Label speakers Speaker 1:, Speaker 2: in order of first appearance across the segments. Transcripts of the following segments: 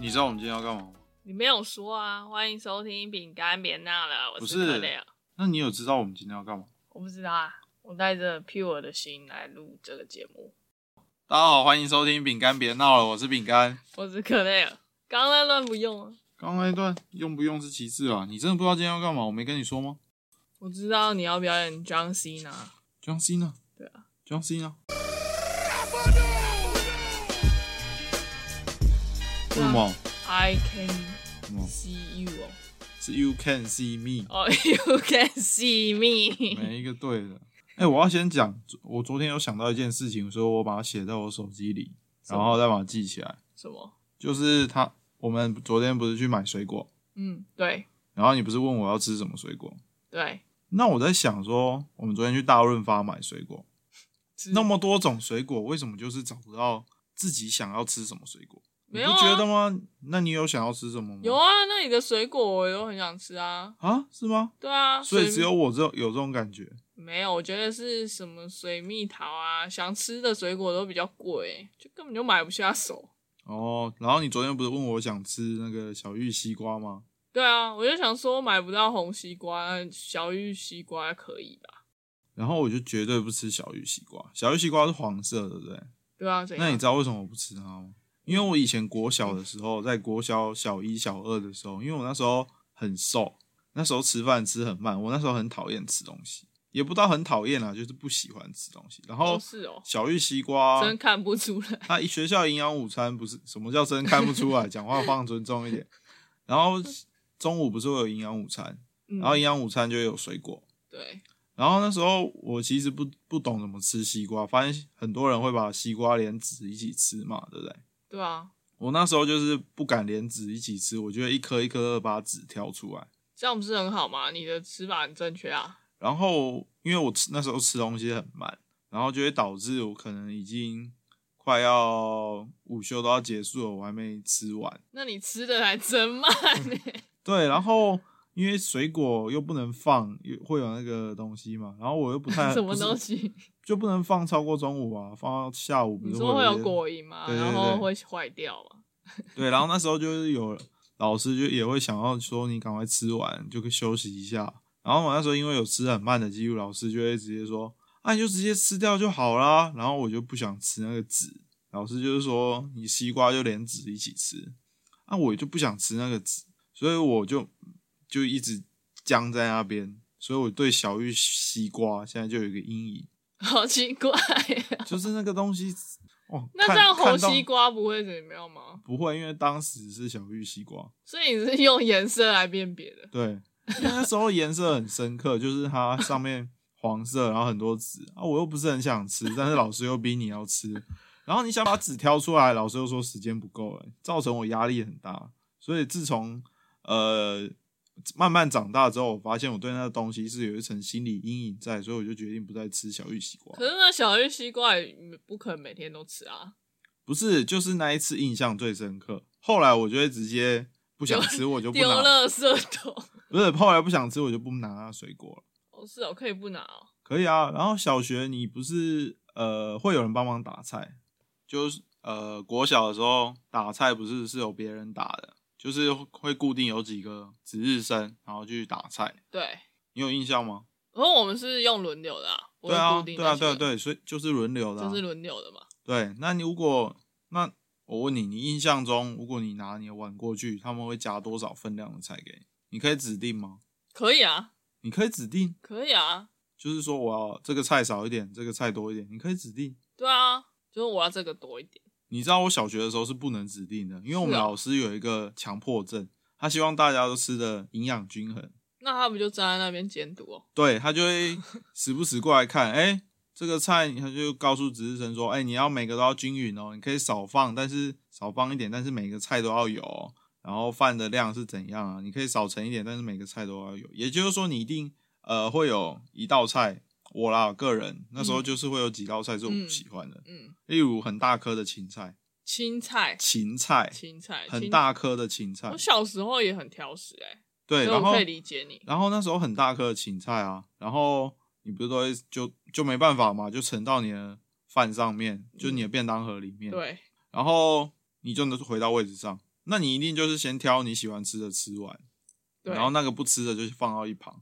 Speaker 1: 你知道我们今天要干嘛吗？
Speaker 2: 你没有说啊！欢迎收听饼干别闹了，我
Speaker 1: 不
Speaker 2: 是
Speaker 1: 是
Speaker 2: 克雷尔。
Speaker 1: 那你有知道我们今天要干嘛？
Speaker 2: 我不知道啊，我带着 pure 的心来录这个节目。
Speaker 1: 大家好，欢迎收听《饼干别闹了》，我是饼干。
Speaker 2: 我是克雷尔，刚刚那段不用啊。
Speaker 1: 刚刚那段用不用是其次啊，你真的不知道今天要干嘛？我没跟你说吗
Speaker 2: 我知道你要表演 John Cena，
Speaker 1: ？John Cena，
Speaker 2: 对
Speaker 1: 啊，John Cena。为
Speaker 2: 啊
Speaker 1: 什么？
Speaker 2: I can
Speaker 1: 什么
Speaker 2: see you
Speaker 1: 是 You can see me？
Speaker 2: 哦、oh, you can see me。
Speaker 1: 每一个对的。哎、我要先讲，我昨天有想到一件事情，所以我把它写在我手机里，
Speaker 2: 什么
Speaker 1: 然后再把它记起来。
Speaker 2: 什么？
Speaker 1: 就是他，我们昨天不是去买水果，
Speaker 2: 嗯，对
Speaker 1: 然后你不是问我要吃什么水果？
Speaker 2: 对，
Speaker 1: 那我在想说，我们昨天去大润发买水果，
Speaker 2: 是
Speaker 1: 那么多种水果，为什么就是找不到自己想要吃什么水果？
Speaker 2: 没有
Speaker 1: 你
Speaker 2: 啊
Speaker 1: 不觉得吗？那你有想要吃什么吗？
Speaker 2: 有啊，那里的水果我都很想吃啊。
Speaker 1: 啊，是吗？
Speaker 2: 对啊，
Speaker 1: 所以
Speaker 2: 水
Speaker 1: 只有我这有这种感觉。
Speaker 2: 没有，我觉得是什么水蜜桃啊，想吃的水果都比较贵，就根本就买不下手。
Speaker 1: 哦，然后你昨天不是问我想吃那个小玉西瓜吗？
Speaker 2: 对啊，我就想说买不到红西瓜，呃小玉西瓜可以吧？
Speaker 1: 然后我就绝对不吃小玉西瓜，小玉西瓜是黄色的，对不对？
Speaker 2: 对啊，怎样？
Speaker 1: 那你知道为什么我不吃它吗？因为我以前国小的时候，在国小小一、小二的时候，因为我那时候很瘦，那时候吃饭吃很慢，我那时候很讨厌吃东西，也不到很讨厌啦，就是不喜欢吃东西。然后
Speaker 2: 哦是哦，
Speaker 1: 小玉西瓜，
Speaker 2: 真看不出来。
Speaker 1: 他学校营养午餐不是什么叫真看不出来，讲话放尊重一点。然后中午不是会有营养午餐，
Speaker 2: 嗯
Speaker 1: 然后营养午餐就有水果，
Speaker 2: 对，
Speaker 1: 然后那时候我其实不不懂怎么吃西瓜，发现很多人会把西瓜连籽一起吃嘛，对不对？
Speaker 2: 对啊，
Speaker 1: 我那时候就是不敢连籽一起吃，我觉得一颗一颗的把籽挑出来。
Speaker 2: 这样不是很好吗？你的吃法很正确啊。
Speaker 1: 然后因为我吃那时候吃东西很慢，然后就会导致我可能已经快要午休都要结束了，我还没吃完。
Speaker 2: 那你吃的还真 慢呢、
Speaker 1: 对，然后因为水果又不能放，有会有那个东西嘛，然后我又不太
Speaker 2: 什么东
Speaker 1: 不是
Speaker 2: 西？
Speaker 1: 就不能放超过中午啊，放到下午不
Speaker 2: 你
Speaker 1: 是
Speaker 2: 说会有
Speaker 1: 些
Speaker 2: 果蝇吗？
Speaker 1: 对对
Speaker 2: 然后
Speaker 1: 对
Speaker 2: 会坏掉吗？
Speaker 1: 对，然后那时候就是有老师就也会想要说你赶快吃完就可以休息一下。然后我那时候因为有吃很慢的记录，老师就会直接说：“啊，你就直接吃掉就好啦。”然后我就不想吃那个籽，老师就是说你西瓜就连籽一起吃，啊，我就不想吃那个籽，所以我就就一直僵在那边。所以我对小玉西瓜现在就有一个阴影，
Speaker 2: 好奇怪、
Speaker 1: 就是那个东西，哦，
Speaker 2: 那
Speaker 1: 看
Speaker 2: 这样红
Speaker 1: 看到
Speaker 2: 西瓜不会怎么样吗？
Speaker 1: 不会，因为当时是小玉西瓜。
Speaker 2: 所以你是用颜色来辨别的，
Speaker 1: 对，因为那时候颜色很深刻，就是它上面黄色，然后很多籽啊，我又不是很想吃，但是老师又逼你要吃，然后你想把籽挑出来，老师又说时间不够了，造成我压力很大。所以自从呃慢慢长大之后，我发现我对那个东西是有一层心理阴影在，所以我就决定不再吃小玉西瓜
Speaker 2: 可。是那小玉西瓜也不可能每天都吃啊。
Speaker 1: 不是，就是那一次印象最深刻。后来我就会直接不想吃，我就不
Speaker 2: 丢
Speaker 1: 拿，
Speaker 2: 垃圾桶，
Speaker 1: 不是后来不想吃，我就不拿那水果了。
Speaker 2: 哦是哦，可以不拿哦。
Speaker 1: 可以啊。然后小学你不是呃会有人帮忙打菜，就是呃国小的时候打菜不是是有别人打的，就是会固定有几个值日生然后去打菜，
Speaker 2: 对，
Speaker 1: 你有印象吗？
Speaker 2: 然后我们是用轮流的、啊，不
Speaker 1: 对
Speaker 2: 会
Speaker 1: 啊，
Speaker 2: 固
Speaker 1: 对
Speaker 2: 定
Speaker 1: 啊，
Speaker 2: 那几
Speaker 1: 对
Speaker 2: 个
Speaker 1: 啊，对，所以就是轮流的、啊，
Speaker 2: 就是轮流的嘛。
Speaker 1: 对。那你如果那我问你，你印象中如果你拿你的碗过去，他们会加多少分量的菜给你？你可以指定吗？
Speaker 2: 可以啊，
Speaker 1: 你可以指定，
Speaker 2: 可以啊，
Speaker 1: 就是说我要这个菜少一点，这个菜多一点，你可以指定。
Speaker 2: 对啊，就是我要这个多一点。
Speaker 1: 你知道我小学的时候是不能指定的，因为我们
Speaker 2: 是啊
Speaker 1: 老师有一个强迫症，他希望大家都吃的营养均衡，
Speaker 2: 那他不就站在那边监督哦？
Speaker 1: 对他就 会时不时过来看，哎、这个菜他就告诉值日生说，哎、你要每个都要均匀哦，你可以少放，但是少放一点，但是每个菜都要有哦、然后饭的量是怎样啊？你可以少盛一点，但是每个菜都要有，也就是说你一定呃会有一道菜，我啦个人那时候
Speaker 2: 嗯
Speaker 1: 就是会有几道菜是我不
Speaker 2: 嗯
Speaker 1: 喜欢的，
Speaker 2: 嗯，
Speaker 1: 例如很大颗的芹菜，
Speaker 2: 青菜，
Speaker 1: 芹菜。
Speaker 2: 青菜，
Speaker 1: 很
Speaker 2: 青。
Speaker 1: 大颗的芹菜
Speaker 2: 我，小时候也很挑食哎、
Speaker 1: 对，
Speaker 2: 所以
Speaker 1: 然
Speaker 2: 我
Speaker 1: 后
Speaker 2: 可以理解你。
Speaker 1: 然后那时候很大颗的芹菜啊，然后你不是都会就就没办法嘛，就盛到你的饭上面，就你的便当盒里面，，
Speaker 2: 嗯对，
Speaker 1: 然后你就能回到位置上，那你一定就是先挑你喜欢吃的吃完，
Speaker 2: 对
Speaker 1: 然，后那个不吃的就放到一旁。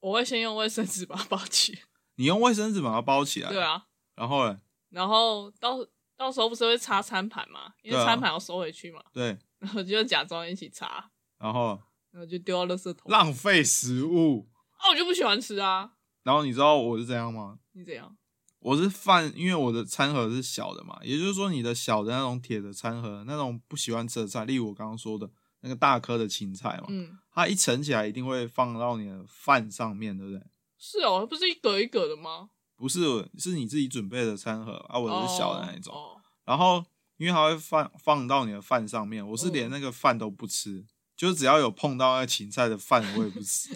Speaker 2: 我会先用卫生纸把它包 起来。
Speaker 1: 你用卫生纸把它包起来，
Speaker 2: 对啊，
Speaker 1: 然后嘞，
Speaker 2: 然后到到时候不是会擦餐盘嘛，因为
Speaker 1: 对啊
Speaker 2: 餐盘要收回去嘛，
Speaker 1: 对，
Speaker 2: 然后就假装一起擦，
Speaker 1: 然后
Speaker 2: 然后就丢到垃圾桶。
Speaker 1: 浪费食物。
Speaker 2: 啊，我就不喜欢吃啊，
Speaker 1: 然后你知道我是怎样吗？
Speaker 2: 你怎样？
Speaker 1: 我是饭，因为我的餐盒是小的嘛，也就是说你的小的那种铁的餐盒，那种不喜欢吃的菜，例如我刚刚说的那个大颗的芹菜嘛，
Speaker 2: 嗯，
Speaker 1: 它一盛起来一定会放到你的饭上面，对不对？
Speaker 2: 是哦，不是一格一格的吗？
Speaker 1: 不是，是你自己准备的餐盒啊，我是小的那一种。
Speaker 2: 哦，哦
Speaker 1: 然后因为它会放放到你的饭上面，我是
Speaker 2: 嗯
Speaker 1: 连那个饭都不吃，就是只要有碰到那个芹菜的饭，我也不 吃。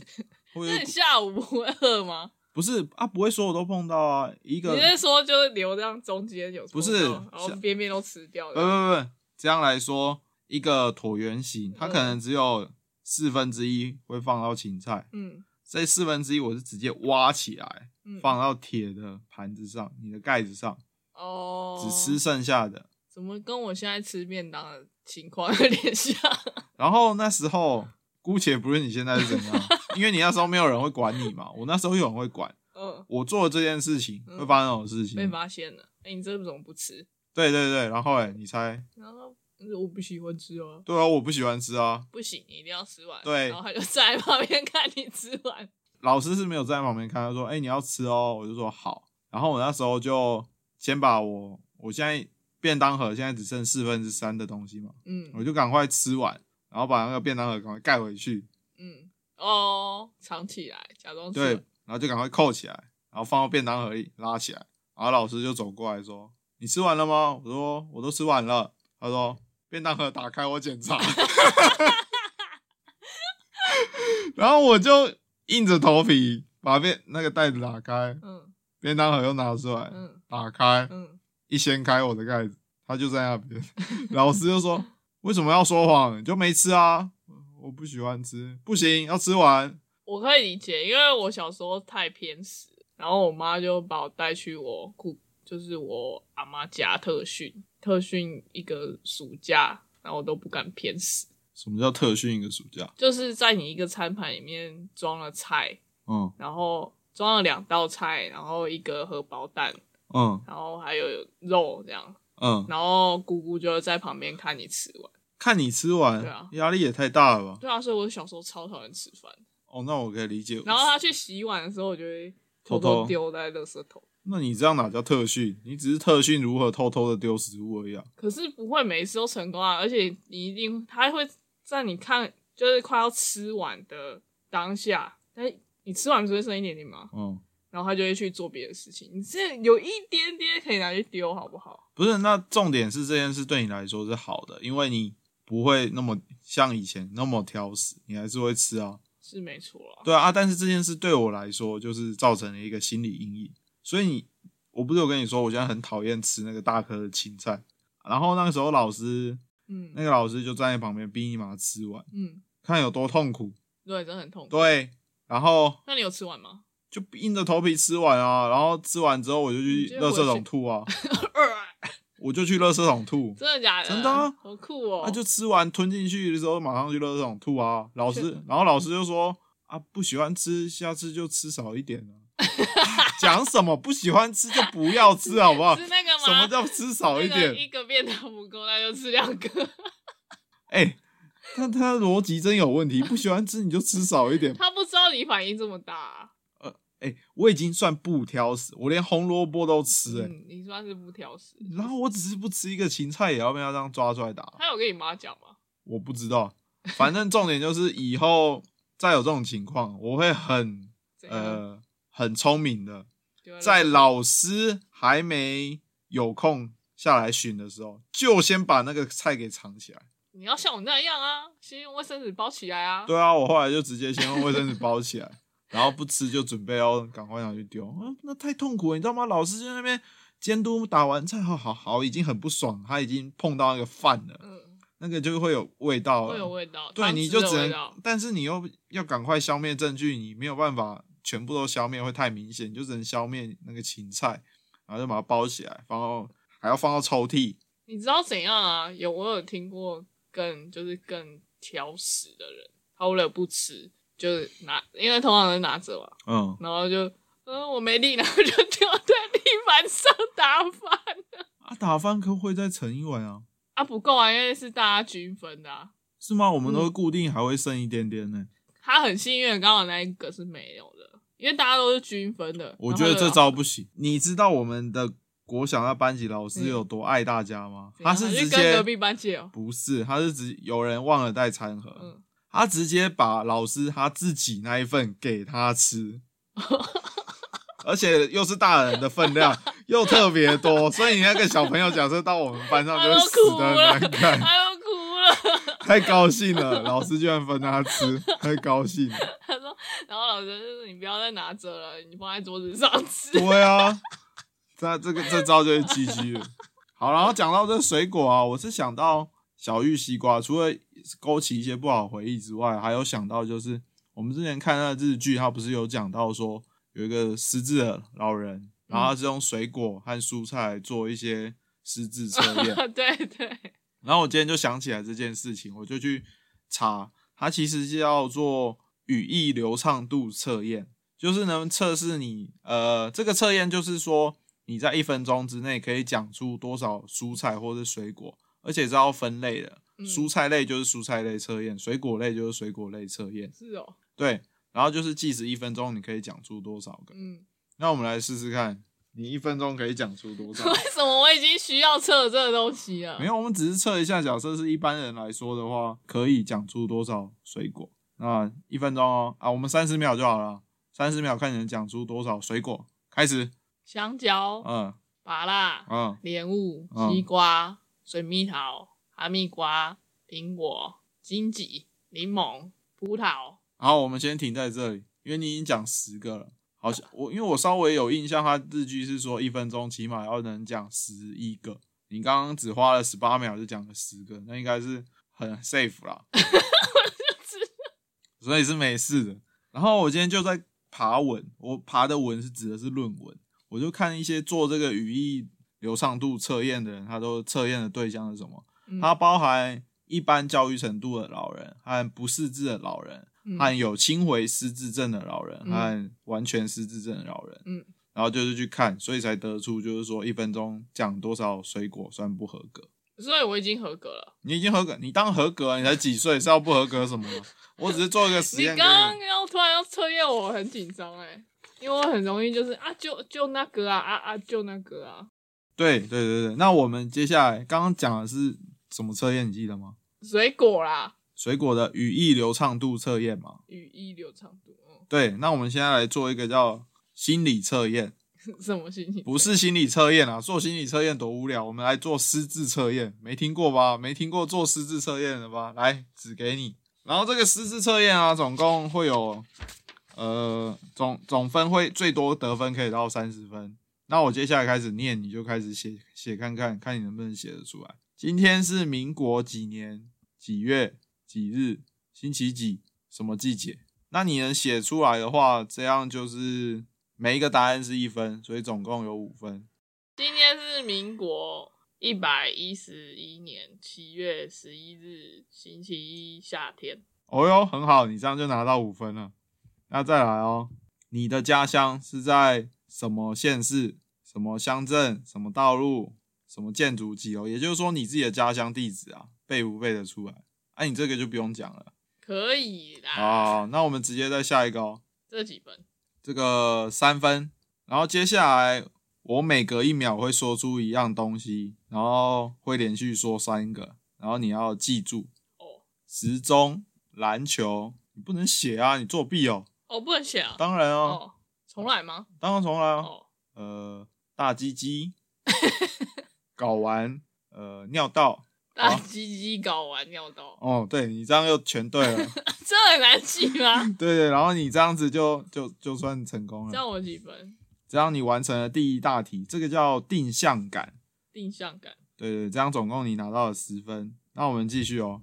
Speaker 1: 我
Speaker 2: 那你
Speaker 1: 也
Speaker 2: 下午不会饿吗？
Speaker 1: 不是啊，不会说我都碰到啊，一
Speaker 2: 你
Speaker 1: 个
Speaker 2: 是说就是留这样中间有
Speaker 1: 不
Speaker 2: 碰
Speaker 1: 是
Speaker 2: 到然后
Speaker 1: 下嗯
Speaker 2: 边边都吃掉
Speaker 1: 呃不不
Speaker 2: 的？
Speaker 1: 不不，这样来说，一个椭圆形，它
Speaker 2: 嗯
Speaker 1: 可能只有四分之一会放到芹菜，
Speaker 2: 嗯
Speaker 1: 这四分之一我是直接挖起来
Speaker 2: 嗯，
Speaker 1: 放到铁的盘子上，你的盖子上，
Speaker 2: 哦，
Speaker 1: 只吃剩下的。
Speaker 2: 怎么跟我现在吃便当的情况有点像？
Speaker 1: 然后那时候，姑且不论你现在是怎 样，因为你那时候没有人会管你嘛，我那时候有人会管，
Speaker 2: 嗯，
Speaker 1: 我做了这件事情
Speaker 2: 嗯
Speaker 1: 会发生这种事
Speaker 2: 被
Speaker 1: 情。
Speaker 2: 发现了。哎、你这怎么不吃？
Speaker 1: 对对对，然后哎、你猜？
Speaker 2: 然后嗯我不喜欢吃哦、
Speaker 1: 对啊，我不喜欢吃啊。
Speaker 2: 不行，你一定要吃完。
Speaker 1: 对
Speaker 2: 然后他就站在旁边看你吃完。
Speaker 1: 老师是没有在旁边看，他说：“哎、你要吃哦。”我就说：“好。”然后我那时候就先把我我现在便当盒现在只剩四分之三的东西嘛，
Speaker 2: 嗯
Speaker 1: 我就赶快吃完，然后把那个便当盒赶快盖回去，
Speaker 2: 嗯，哦，藏起来，假装吃
Speaker 1: 对
Speaker 2: 完。，
Speaker 1: 然后就赶快扣起来，然后放到便当盒里拉起来。然后老师就走过来说：“你吃完了吗？”我说：“我都吃完了。”他说：“便当盒打开，我检查。” 然后我就硬着头皮把便那个袋子打开，
Speaker 2: 嗯
Speaker 1: 便当盒又拿出来，
Speaker 2: 嗯
Speaker 1: 打开，
Speaker 2: 嗯，
Speaker 1: 一掀开我的盖子，它就在那边。 老师就说：“为什么要说谎？你就没吃啊？我不喜欢吃，不行，要吃完。
Speaker 2: 我可以理解，因为我小时候太偏食，然后我妈就把我带去我姑，就是我阿妈家特训，特训一个暑假，然后我都不敢偏食，”
Speaker 1: 什么叫特训一个暑假？
Speaker 2: 就是在你一个餐盘里面装了菜，
Speaker 1: 嗯
Speaker 2: 然后装了两道菜，然后一个荷包蛋，
Speaker 1: 嗯
Speaker 2: 然后还有肉这样，
Speaker 1: 嗯，
Speaker 2: 然后姑姑就在旁边看你吃完。
Speaker 1: 看你吃完
Speaker 2: 对啊，
Speaker 1: 压、力也太大了吧？
Speaker 2: 对啊，所以我小时候超讨厌吃饭。
Speaker 1: 哦，那我可以理解。
Speaker 2: 然后他去洗碗的时候，我就会
Speaker 1: 偷
Speaker 2: 偷偷
Speaker 1: 偷
Speaker 2: 丢在垃圾桶。
Speaker 1: 那你这样哪叫特训？你只是特训如何偷偷的丢食物而已啊！
Speaker 2: 可是不会每一次都成功啊，而且你一定他会在你看就是快要吃完的当下，但是你吃完不是会剩一点点吗？
Speaker 1: 嗯，
Speaker 2: 然后他就会去做别的事情。你这有一点点可以拿去丢，好不好？
Speaker 1: 不是，那重点是这件事对你来说是好的，因为你不会那么像以前那么挑食，你还是会吃啊。
Speaker 2: 是没错啦。
Speaker 1: 对啊，啊但是这件事对我来说就是造成了一个心理阴影。所以你，我不是有跟你说，我现在很讨厌吃那个大颗的芹菜。然后那个时候老师，那
Speaker 2: 嗯
Speaker 1: 个老师就站在旁边逼你把它吃完，
Speaker 2: 嗯，
Speaker 1: 看有多痛苦。
Speaker 2: 对，真的很痛苦。
Speaker 1: 对，啊然后
Speaker 2: 那你有吃完吗？
Speaker 1: 就硬着头皮吃完啊。然后吃完之后，我就
Speaker 2: 你
Speaker 1: 去
Speaker 2: 就
Speaker 1: 垃圾
Speaker 2: 回
Speaker 1: 桶
Speaker 2: 去
Speaker 1: 吐 啊，我就去垃圾桶吐。
Speaker 2: 真的假的？
Speaker 1: 真的啊
Speaker 2: 好酷哦！
Speaker 1: 啊，就吃完吞进去的时候，马上去垃圾桶吐啊。老师，然后老师就说啊，不喜欢吃，下次就吃少一点啊。 讲什么不喜欢吃就不要吃，好不好？
Speaker 2: 是那个吗？
Speaker 1: 啊什么叫吃少一
Speaker 2: 那个
Speaker 1: 点？
Speaker 2: 一个便当不够，那就吃两个。
Speaker 1: 哎，那他的逻辑真有问题。不喜欢吃你就吃少一点。
Speaker 2: 他不知道你反应这么大、啊。
Speaker 1: 哎，我已经算不挑食，我连红萝卜都吃。哎，
Speaker 2: 嗯，你算是不挑食。
Speaker 1: 然后我只是不吃一个芹菜，也要被他这样抓出来打。
Speaker 2: 他有跟你妈讲吗？
Speaker 1: 我不知道，反正重点就是以后再有这种情况，我会很
Speaker 2: 怎样
Speaker 1: 呃很聪明的，
Speaker 2: 丢
Speaker 1: 在
Speaker 2: 垃圾
Speaker 1: 老师还没有空下来巡的时候，就先把那个菜给藏起来。
Speaker 2: 你要像我那样啊，先用卫生纸包起来啊。
Speaker 1: 对啊，我后来就直接先用卫生纸包起来， 然后不吃就准备要赶快拿去丢。啊，那太痛苦了，你知道吗？老师在那边监督打完菜，好好好，已经很不爽，他已经碰到那个饭了，
Speaker 2: 嗯，
Speaker 1: 那个就会有味道了，
Speaker 2: 会有味道，
Speaker 1: 对，
Speaker 2: 汤
Speaker 1: 你
Speaker 2: 汁
Speaker 1: 就
Speaker 2: 的
Speaker 1: 只
Speaker 2: 味
Speaker 1: 能
Speaker 2: 道，嗯
Speaker 1: 但是你又要赶快消灭证据，你没有办法全部都消灭，会太明显，你就只能消灭那个芹菜，然后就把它包起来，然后还要放到抽屉。
Speaker 2: 你知道怎样啊？有我有听过更就是更挑食的人，他为了不吃，就是拿，因为通常是拿着嘛，
Speaker 1: 嗯，
Speaker 2: 然后就嗯我没力，然后就 掉在地板上打翻。
Speaker 1: 啊，打饭可会再盛一碗啊？
Speaker 2: 啊，不够啊，因为是大家均分的、啊。
Speaker 1: 是吗？我们都会固定还会剩一点点呢、
Speaker 2: 他很幸运，刚好那一个是没有的，因为大家都是均分的。
Speaker 1: 我
Speaker 2: 然
Speaker 1: 觉
Speaker 2: 后
Speaker 1: 得
Speaker 2: 就
Speaker 1: 这招不行。你知道我们的国小那班级老
Speaker 2: 嗯
Speaker 1: 师有多爱大家吗？
Speaker 2: 怎样
Speaker 1: 他是直
Speaker 2: 去啊跟
Speaker 1: 接
Speaker 2: 隔壁 班借哦。
Speaker 1: 不是，他是直有人忘了带餐盒，
Speaker 2: 嗯
Speaker 1: 他直接把老师他自己那一份给他吃， 而且又是大人的分量，又特别多，所以你那个小朋友假设到我们班上
Speaker 2: 他
Speaker 1: 就会
Speaker 2: 都
Speaker 1: 死
Speaker 2: 哭
Speaker 1: 的
Speaker 2: 了，
Speaker 1: 难 看。
Speaker 2: 他都哭了。
Speaker 1: 太高兴了，老师居然分他吃，太高兴了。
Speaker 2: 他说，然后老师就是你不要再拿着了，你放在桌子上吃。
Speaker 1: 对啊，这这个这招就是 GG 了。好，然后讲到这水果啊，我是想到小玉西瓜，除了勾起一些不好的回忆之外，还有想到就是我们之前看那个日剧，它不是有讲到说有一个失智的老人，然后他是用水果和蔬菜来做一些失智测验，
Speaker 2: 对对，
Speaker 1: 然后我今天就想起来这件事情，我就去查，它其实是叫做语义流畅度测验，就是能测试你呃，这个测验就是说你在一分钟之内可以讲出多少蔬菜或是水果，而且是要分类的，
Speaker 2: 嗯
Speaker 1: 蔬菜类就是蔬菜类测验，水果类就是水果类测验，
Speaker 2: 是哦，
Speaker 1: 对，然后就是计时一分钟你可以讲出多少个，
Speaker 2: 嗯，
Speaker 1: 那我们来试试看，你一分钟可以讲出多少
Speaker 2: 为？什么我已经需要测这个东西了
Speaker 1: 没？有，我们只是测一下，假设是一般人来说的话，可以讲出多少水果？那一分钟哦，啊，我们三十秒就好了，三十秒看你能讲出多少水果。开始，
Speaker 2: 香蕉、
Speaker 1: 嗯
Speaker 2: 芭辣、
Speaker 1: 嗯，
Speaker 2: 莲雾、
Speaker 1: 嗯
Speaker 2: 西瓜、水蜜桃、哈密瓜、苹果、荆棘、柠檬、葡萄。
Speaker 1: 好，我们先停在这里，因为你已经讲十个了。好像我因为我稍微有印象，它日剧是说一分钟起码要能讲十一个，你刚刚只花了十八秒就讲了十个，那应该是很 safe 啦。所以是没事的。然后我今天就在爬文，我爬的文是指的是论文，我就看一些做这个语义流畅度测验的人，他都测验的对象是什么？
Speaker 2: 嗯
Speaker 1: 它包含一般教育程度的老人，和不识字的老人，
Speaker 2: 嗯
Speaker 1: 和有轻微失智症的老人，
Speaker 2: 嗯
Speaker 1: 和完全失智症的老人。
Speaker 2: 嗯，
Speaker 1: 然后就是去看，所以才得出就是说一分钟讲多少水果算不合格。
Speaker 2: 所以我已经合格了。
Speaker 1: 你已经合格，你当合格啊，你才几岁是要不合格什么的？我只是做一个实
Speaker 2: 你
Speaker 1: 验
Speaker 2: 刚
Speaker 1: 给你
Speaker 2: 刚。要突然要测验我，我很紧张哎，因为我很容易就是啊，就就那个啊啊啊，就那个啊，
Speaker 1: 对对对对，那我们接下来刚刚讲的是什么测验？你记得吗？
Speaker 2: 水果啦，
Speaker 1: 水果的语义流畅度测验嘛。
Speaker 2: 语义流畅度，嗯，
Speaker 1: 对，那我们现在来做一个叫心理测验，
Speaker 2: 什么心情？
Speaker 1: 不是心理测验啊，做心理测验多无聊，我们来做失智测验，没听过吧？没听过做失智测验的吧？来，指给你。然后这个失智测验啊，总共会有，呃，总总分会最多得分可以到三十分。那我接下来开始念，你就开始写写看看，看你能不能写得出来。今天是民国几年几月几日星期几什么季节？那你能写出来的话，这样就是每一个答案是一分，所以总共有五分。
Speaker 2: 今天是民国一百一十一年七月十一日，星期一，夏天。
Speaker 1: 哦哟，很好，你这样就拿到五分了。那再来哦，你的家乡是在什么县市、什么乡镇、什么道路、什么建筑几楼？也就是说，你自己的家乡地址啊，背不背得出来？哎、你这个就不用讲了。
Speaker 2: 可以啦，
Speaker 1: 好，那我们直接再下一个哦。
Speaker 2: 这几分
Speaker 1: 这个三分，然后接下来我每隔一秒会说出一样东西，然后会连续说三个，然后你要记住
Speaker 2: 哦
Speaker 1: 时钟、篮球，你不能写啊，你作弊哦。
Speaker 2: 哦，不能写啊，
Speaker 1: 当然哦，
Speaker 2: 哦，重来吗？
Speaker 1: 当然重来哦。
Speaker 2: 哦，
Speaker 1: 呃，大鸡鸡，睾丸，呃，尿道。
Speaker 2: 大鸡鸡搞完尿道，
Speaker 1: 哦，对你这样又全对了，
Speaker 2: 这很难记 吗？
Speaker 1: 对对，然后你这样子就就就算成功
Speaker 2: 这
Speaker 1: 了，
Speaker 2: 样我几分？
Speaker 1: 这样你完成了第一大题，这个叫定向感。
Speaker 2: 定向感，
Speaker 1: 对对，这样总共你拿到了十分。那我们继续哦。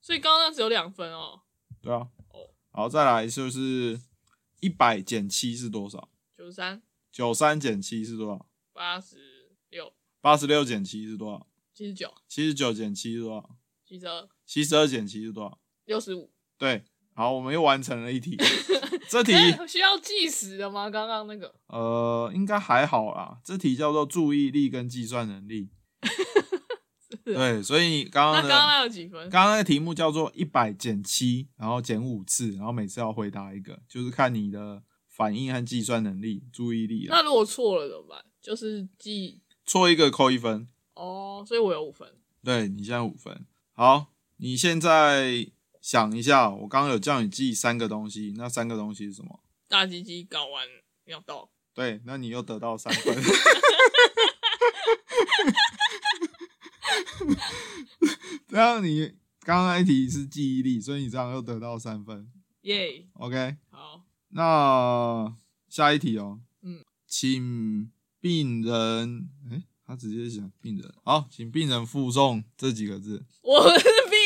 Speaker 2: 所以刚刚那只有两分哦，
Speaker 1: 对啊
Speaker 2: 哦，
Speaker 1: 然后再来就是一百减七是多少？
Speaker 2: 九十三、
Speaker 1: 九三减七是多少？
Speaker 2: 八十六、
Speaker 1: 八十六减七是多少？
Speaker 2: 七十九、
Speaker 1: 七十九减七是多少？
Speaker 2: 七十二
Speaker 1: 七十二减七是多少？
Speaker 2: 六十五。
Speaker 1: 对，好，我们又完成了一 题。这题
Speaker 2: 哎需要计时的吗？刚刚那个
Speaker 1: 呃，应该还好啦。这题叫做注意力跟计算能 力。对，所以刚
Speaker 2: 啊那
Speaker 1: 刚
Speaker 2: 刚
Speaker 1: 的
Speaker 2: 刚那有几 分？
Speaker 1: 刚刚那个题目叫做一百减七，然后减五次，然后每次要回答一个，就是看你的反应和计算能力、注意力啊。
Speaker 2: 那如果错了怎么办？就是记
Speaker 1: 错一个扣一分，
Speaker 2: 哦，所以我有五分。
Speaker 1: 对你现在五分。好，你现在想一下，我刚刚有叫你记三个东西，那三个东西是什么？
Speaker 2: 大鸡鸡睾丸尿道，
Speaker 1: 对，那你又得到三分。 这样你刚刚那一题是记忆力，所以你这样又得到三分。
Speaker 2: 耶！
Speaker 1: OK，
Speaker 2: 好，
Speaker 1: 那下一题哦。
Speaker 2: 嗯，
Speaker 1: 请病人，诶、他直接讲病人。好，请病人附送这几个字。
Speaker 2: 我是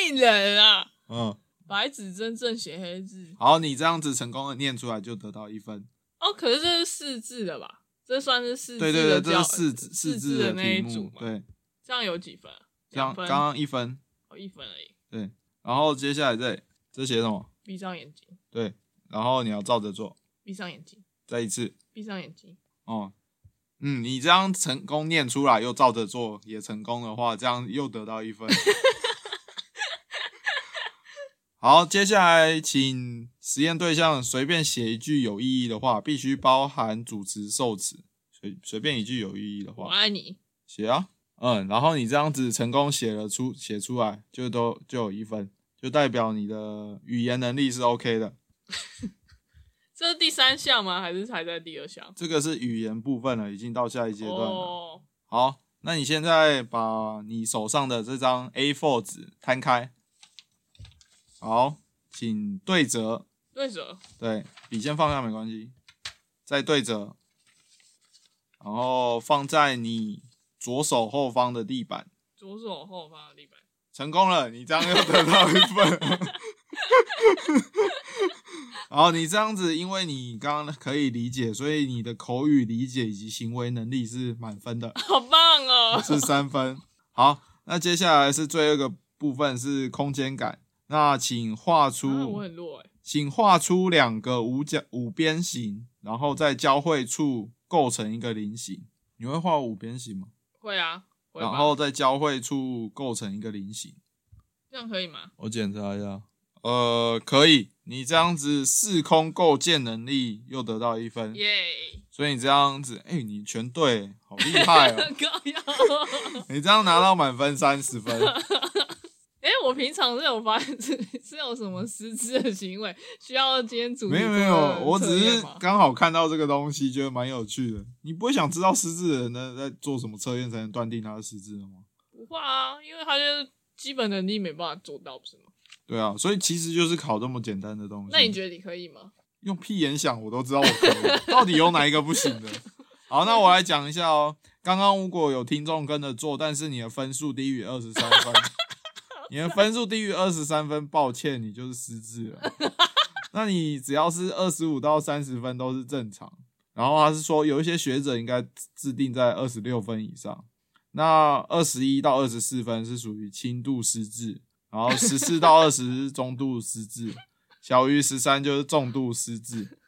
Speaker 2: 病人啊，
Speaker 1: 嗯，
Speaker 2: 白纸真正写黑字。
Speaker 1: 好，你这样子成功的念出来就得到一分。
Speaker 2: 哦，可是这是四字的吧？这算是四字
Speaker 1: 对
Speaker 2: 的
Speaker 1: 对对，这
Speaker 2: 教
Speaker 1: 是四字
Speaker 2: 四
Speaker 1: 四字
Speaker 2: 的那
Speaker 1: 题
Speaker 2: 一组
Speaker 1: 目
Speaker 2: 嘛。
Speaker 1: 对，
Speaker 2: 这样有几分啊？
Speaker 1: 这样
Speaker 2: 两分
Speaker 1: 刚刚一分。
Speaker 2: 哦，一分而已。
Speaker 1: 然后接下来这里这写什么？
Speaker 2: 闭上眼睛，
Speaker 1: 对，然后你要照着做，
Speaker 2: 闭上眼睛，
Speaker 1: 再一次。
Speaker 2: 闭上眼睛。
Speaker 1: 哦，嗯，你这样成功念出来，又照着做也成功的话，这样又得到一分。好，接下来请实验对象随便写一句有意义的话，必须包含主词、受词，随随便一句有意义的
Speaker 2: 我
Speaker 1: 话
Speaker 2: 爱你，
Speaker 1: 写啊。嗯，然后你这样子成功写了出写出来，就都就有一分，就代表你的语言能力是 OK 的。
Speaker 2: 这是第三项吗？还是还在第二项？
Speaker 1: 这个是语言部分了，已经到下一阶段啊了。
Speaker 2: 哦，
Speaker 1: 好，那你现在把你手上的这张 A4 纸摊开，好，请对折，
Speaker 2: 对折，
Speaker 1: 对，笔先放下没关系，再对折，然后放在你左手后方的地板，
Speaker 2: 左手后方的地板。
Speaker 1: 成功了，你这样又得到一份。 然后你这样子，因为你刚刚可以理解，所以你的口语理解以及行为能力是满分的。
Speaker 2: 好棒哦！
Speaker 1: 是三分。好，那接下来是最后一个部分是空间感。那请画
Speaker 2: 啊、
Speaker 1: 出，
Speaker 2: 我很弱哎、
Speaker 1: 请画出两个五角五边形，然后在交汇处构成一个菱形。你会画五边形吗？
Speaker 2: 会啊，会吧
Speaker 1: 然后在交汇处构成一个菱形。
Speaker 2: 这样可以吗？
Speaker 1: 我检查一下，呃，可以。你这样子视空构建能力又得到一分，
Speaker 2: 耶、
Speaker 1: 所以你这样子，哎、你全对，好厉害哦！
Speaker 2: 高腰。
Speaker 1: 你这样拿到满分三十分。
Speaker 2: 哎、我平常是有发现是 是有什么失智的行为需要今天主题
Speaker 1: 没有没
Speaker 2: 做
Speaker 1: 有
Speaker 2: 的，
Speaker 1: 我只
Speaker 2: 测验
Speaker 1: 是
Speaker 2: 吗
Speaker 1: 刚好看到这个东西，觉得蛮有趣的。你不会想知道失智的人呢在做什么测验才能断定他是失智的吗？
Speaker 2: 不会啊，因为他就是基本能力没办法做到，不是吗？
Speaker 1: 对啊，所以其实就是考这么简单的东西。
Speaker 2: 那你觉得你可以吗？
Speaker 1: 用屁眼想，我都知道我可以。到底有哪一个不 行的？好，那我来讲一下哦。刚刚如果有听众跟着做，但是你的分数低于二十三分，你的分数低于二十三分，抱歉，你就是失智了。那你只要是二十五到三十分都是正常。然后他是说，有一些学者应该制定在二十六分以上。那二十一到二十四分是属于轻度失智，然后十四到二十中度失智，小于十三就是重度失智。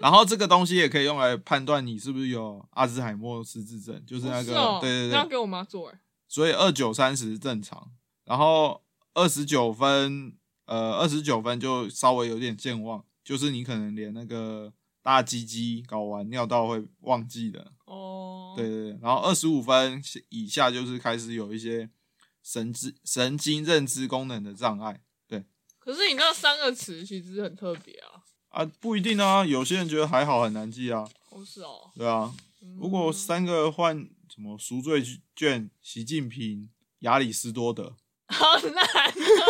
Speaker 1: 然后这个东西也可以用来判断你是不是有阿兹海默失智症，就是那个、
Speaker 2: 哦是哦、
Speaker 1: 对对
Speaker 2: 那要
Speaker 1: 对，
Speaker 2: 给我妈做哎、
Speaker 1: 所以二九三十正常，然后二十九分，呃，二十九分就稍微有点健忘，就是你可能连那个大鸡鸡搞完尿道会忘记的，
Speaker 2: 哦，
Speaker 1: 对，对对，然后二十五分以下就是开始有一些神知神经认知功能的障碍
Speaker 2: 可是你那三个词其实很特别啊。
Speaker 1: 啊，不一定啊，有些人觉得还好很难记啊，
Speaker 2: 哦，是哦。
Speaker 1: 对啊，
Speaker 2: 嗯
Speaker 1: 如果三个换什么赎罪券、习近平、亚里士多德，
Speaker 2: 好难、哦，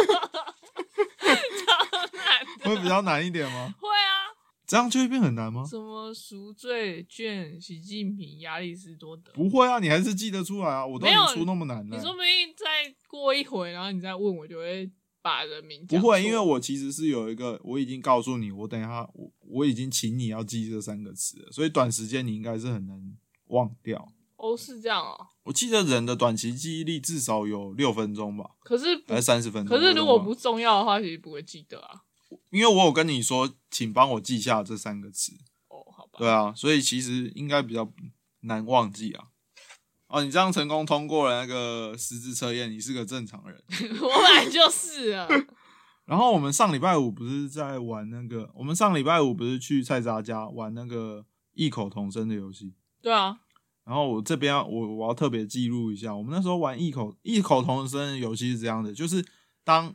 Speaker 2: 超难的。
Speaker 1: 会比较难一点吗？
Speaker 2: 会啊，
Speaker 1: 这样就会变很难吗？
Speaker 2: 什么赎罪券、习近平、亚里士多德，
Speaker 1: 不会啊，你还是记得出来啊，我都已
Speaker 2: 没有
Speaker 1: 经出那么难了、
Speaker 2: 你说不定再过一会，然后你再问我，就会把人名
Speaker 1: 不
Speaker 2: 讲
Speaker 1: 会，
Speaker 2: 错
Speaker 1: 因为我其实是有一个，我已经告诉你，我等一下我我已经请你要记这三个词了，所以短时间你应该是很难忘掉。
Speaker 2: 哦，是这样哦。
Speaker 1: 我记得人的短期记忆力至少有六分钟 吧，
Speaker 2: 可是不
Speaker 1: 还是三十分钟。
Speaker 2: 可是如果
Speaker 1: 我忘
Speaker 2: 不
Speaker 1: 了，
Speaker 2: 重要的话，其实不会记得啊。
Speaker 1: 因为我有跟你说，请帮我记下这三个词。
Speaker 2: 哦，好吧。
Speaker 1: 对啊，所以其实应该比较难忘记啊。哦，你这样成功通过了那个实质测验，你是个正常人。
Speaker 2: 我本来就是啊。
Speaker 1: 然后我们上礼拜五不是在玩那个，我们上礼拜五不是去菜渣家玩那个异口同声的游戏。
Speaker 2: 对啊，
Speaker 1: 然后我这边要我我要特别记录一下，我们那时候玩异口异口同声的游戏是这样的，就是当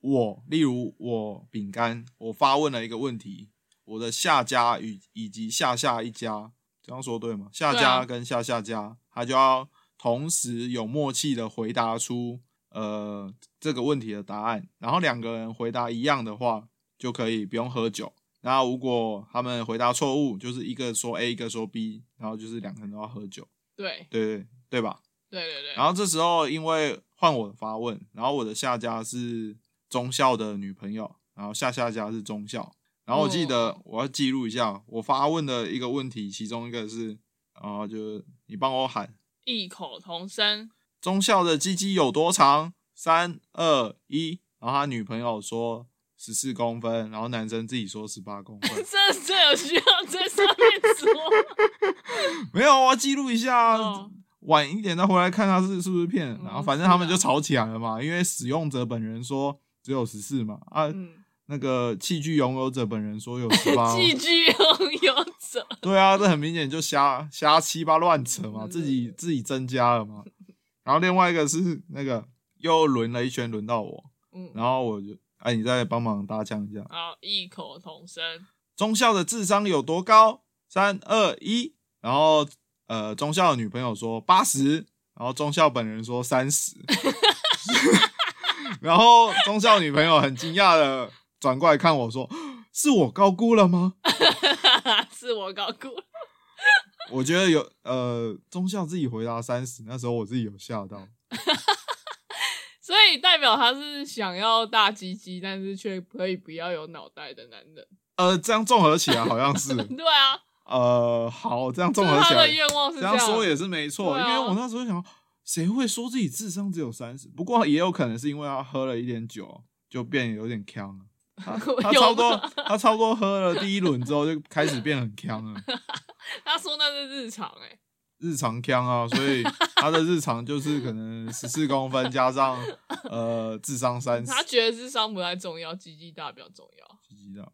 Speaker 1: 我例如我饼干我发问了一个问题，我的下家与以及下下一家，这样说对吗？下
Speaker 2: 对啊
Speaker 1: 家跟下下家，他就要同时有默契的回答出呃这个问题的答案，然后两个人回答一样的话，就可以不用喝酒。那如果他们回答错误，就是一个说 A，一个说 B，然后就是两个人都要喝酒，
Speaker 2: 对
Speaker 1: 对对对吧？
Speaker 2: 对对对。
Speaker 1: 然后这时候因为换我发问，然后我的下家是中校的女朋友，然后下下家是中校，然后我记得
Speaker 2: 哦
Speaker 1: 我要记录一下我发问的一个问题，其中一个是，然后就是你帮我喊
Speaker 2: 异口同声，
Speaker 1: 中校的鸡鸡有多长？三二一，然后他女朋友说十四公分，然后男生自己说十八公 分，
Speaker 2: 这这有需要在上面 说？
Speaker 1: 没有，我要记录一下啊。
Speaker 2: 哦
Speaker 1: 晚一点再回来看他是是不是骗人，
Speaker 2: 嗯
Speaker 1: 然后反正他们就
Speaker 2: 是啊
Speaker 1: 吵起来了嘛，因为使用者本人说只有十四嘛，啊，
Speaker 2: 嗯，
Speaker 1: 那个器具拥有者本人说有 十八，
Speaker 2: 寄居拥有者，
Speaker 1: 对啊，这很明显就瞎瞎七八乱扯嘛，
Speaker 2: 嗯
Speaker 1: 自己自己增加了 嘛。然后另外一个是那个又轮了一圈，轮到我，
Speaker 2: 嗯，
Speaker 1: 然后我就哎，你再帮忙搭腔一下，
Speaker 2: 然后异口同声，
Speaker 1: 中校的智商有多高？三二一，然后呃，中校的女朋友说八十，然后中校本人说三 十，然后中校女朋友很惊讶的转过来看我说：“是我高估了吗
Speaker 2: 是我搞哭了，？”
Speaker 1: 我觉得有呃，中校自己回答三十，那时候我自己有吓到，
Speaker 2: 所以代表他是想要大鸡鸡，但是却可以不要有脑袋的男人。
Speaker 1: 呃，这样综合起来好像是
Speaker 2: 对啊，
Speaker 1: 呃，好，这样
Speaker 2: 就
Speaker 1: 综
Speaker 2: 是
Speaker 1: 合
Speaker 2: 他
Speaker 1: 起来
Speaker 2: 的愿望是
Speaker 1: 这样说
Speaker 2: 样
Speaker 1: 也是没错，
Speaker 2: 对
Speaker 1: 因
Speaker 2: 啊
Speaker 1: 为我那时候想，谁会说自己智商只有三十？不过也有可能是因为他喝了一点酒，就变得有点呛了。 他他
Speaker 2: 有
Speaker 1: 超多
Speaker 2: 吗，
Speaker 1: 他超多喝了第一轮之后就开始变得很呛了，
Speaker 2: 他说那是日常、欸，
Speaker 1: 日常呛啊，所以他的日常就是可能十四公分加上呃智商三十
Speaker 2: 他觉得智商不太重要，鸡鸡大比较重要。
Speaker 1: 的。嗯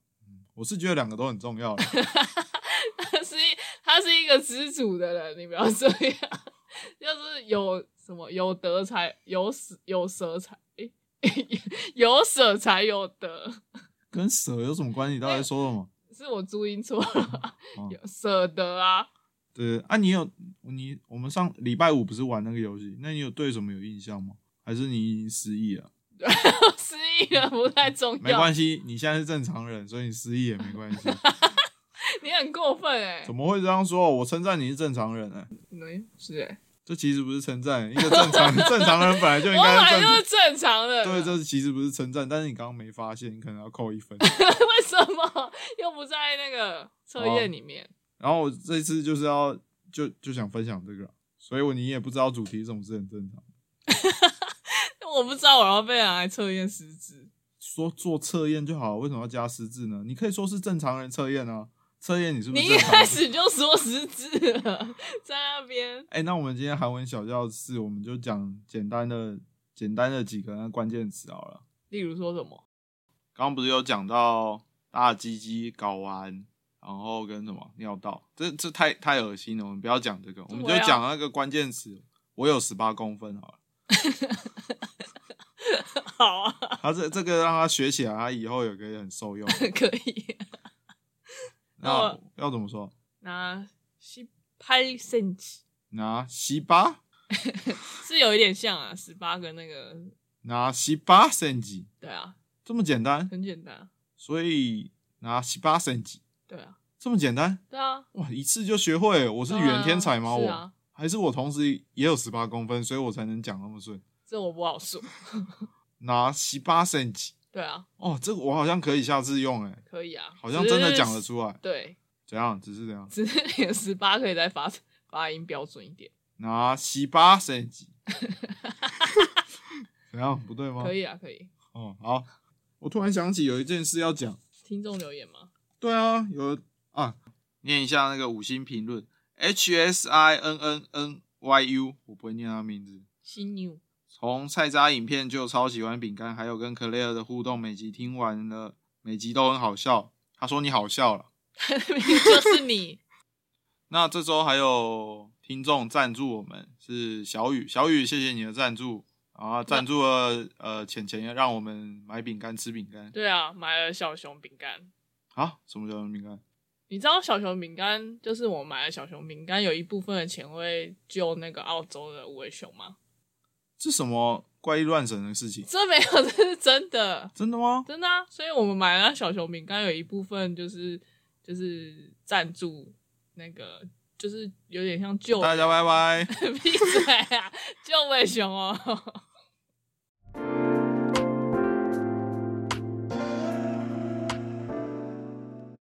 Speaker 1: 我是觉得两个都很重要啦，
Speaker 2: 他是一他是一个知足的人，你不要这样， 就是有什么有德才有舍有舍才。诶有舍才有德，
Speaker 1: 跟蛇有什么关系？到底说什么？
Speaker 2: 是我注音错了吧
Speaker 1: 哦？
Speaker 2: 有舍得啊，
Speaker 1: 对啊，你有你我们上礼拜五不是玩那个游戏？那你有对什么有印象吗？还是你失忆了？
Speaker 2: 失忆了不太重
Speaker 1: 没
Speaker 2: 要。
Speaker 1: 关系，你现在是正常人，所以你失忆也没关 系。
Speaker 2: 你很过分哎、
Speaker 1: 怎么会这样说？我称赞你是正常人呢、
Speaker 2: 嗯，是哎、
Speaker 1: 这其实不是称赞，一个正常 正常人本来就应
Speaker 2: 我本
Speaker 1: 该是正
Speaker 2: 来就
Speaker 1: 常
Speaker 2: 是。正常的。
Speaker 1: 对，这其实不是称赞，但是你刚刚没发现，你可能要扣一分。
Speaker 2: 为什么又不在那个测
Speaker 1: 啊
Speaker 2: 验里面？
Speaker 1: 然后我这次就是要就就想分享这个，所以我你也不知道主题是什么是很正常。
Speaker 2: 我不知道我要被拿来测验失智。
Speaker 1: 说做测验就好了，为什么要加失智呢？你可以说是正常人测验啊，测验你是不
Speaker 2: 你
Speaker 1: 是
Speaker 2: 一
Speaker 1: 正常
Speaker 2: 开
Speaker 1: 人？
Speaker 2: 始就说失智了，在那边
Speaker 1: 哎、那我们今天韩文小教室，我们就讲简单的简单的几个那关键词好了。
Speaker 2: 例如说什么？
Speaker 1: 刚刚不是有讲到大鸡鸡、睾丸，然后跟什么尿道，这这太太恶心了，我们不要讲这个，我们就
Speaker 2: 对啊
Speaker 1: 讲那个关键词。我有十八公分好了，
Speaker 2: 好啊，
Speaker 1: 他这这个让他学起来，他以后也可以很受用。
Speaker 2: 可以。啊那
Speaker 1: 那
Speaker 2: 我
Speaker 1: 要怎么说？
Speaker 2: 那西拍 c e
Speaker 1: 拿十八，
Speaker 2: 是有一点像啊，十八个那个，
Speaker 1: 拿十八 c m
Speaker 2: 对啊，
Speaker 1: 这么简单，
Speaker 2: 很简单，啊
Speaker 1: 所以拿十八 c m
Speaker 2: 对啊，
Speaker 1: 这么简单，
Speaker 2: 对啊，
Speaker 1: 哇，一次就学会了。我是语言天才吗？
Speaker 2: 对
Speaker 1: 我、
Speaker 2: 啊是啊
Speaker 1: 还是我同时也有十八公分，所以我才能讲那么顺。
Speaker 2: 这我不好说。
Speaker 1: 拿十八 c m
Speaker 2: 对啊，
Speaker 1: 哦，这个我好像可以下次用诶，
Speaker 2: 可以啊，
Speaker 1: 好像真的
Speaker 2: 只是
Speaker 1: 讲得出来。
Speaker 2: 对，
Speaker 1: 怎样？只是怎样？
Speaker 2: 只是你的十八可以再发发音标准一点。
Speaker 1: 拿西巴塞 吉， 怎样不对吗？
Speaker 2: 可以啊，可以。
Speaker 1: 哦，好，我突然想起有一件事要讲。
Speaker 2: 听众留言吗？
Speaker 1: 对啊，有啊，念一下那个五星评论，H S I N N N Y U，我不会念他名字。
Speaker 2: 新 new
Speaker 1: 从菜渣影片就超喜欢饼干，还有跟 Claire 的互动，每集听完了，每集都很好笑。他说你好笑了。
Speaker 2: 就是你，
Speaker 1: 那这周还有听众赞助我们，是小雨，小雨谢谢你的赞助啊，赞助了呃钱钱，让我们买饼干吃饼干。
Speaker 2: 对啊，买了小熊饼干。
Speaker 1: 啊，什么叫饼干？
Speaker 2: 你知道小熊饼干就是我买的小熊饼干，有一部分的钱会救那个澳洲的无尾熊吗？
Speaker 1: 这什么怪力乱神的事情？
Speaker 2: 这没有，这是真的，
Speaker 1: 真的吗？
Speaker 2: 真的啊！所以我们买了小熊饼干，有一部分就是就是赞助那个，就是有点像救
Speaker 1: 大家拜拜。
Speaker 2: 闭嘴啊，救尾熊哦。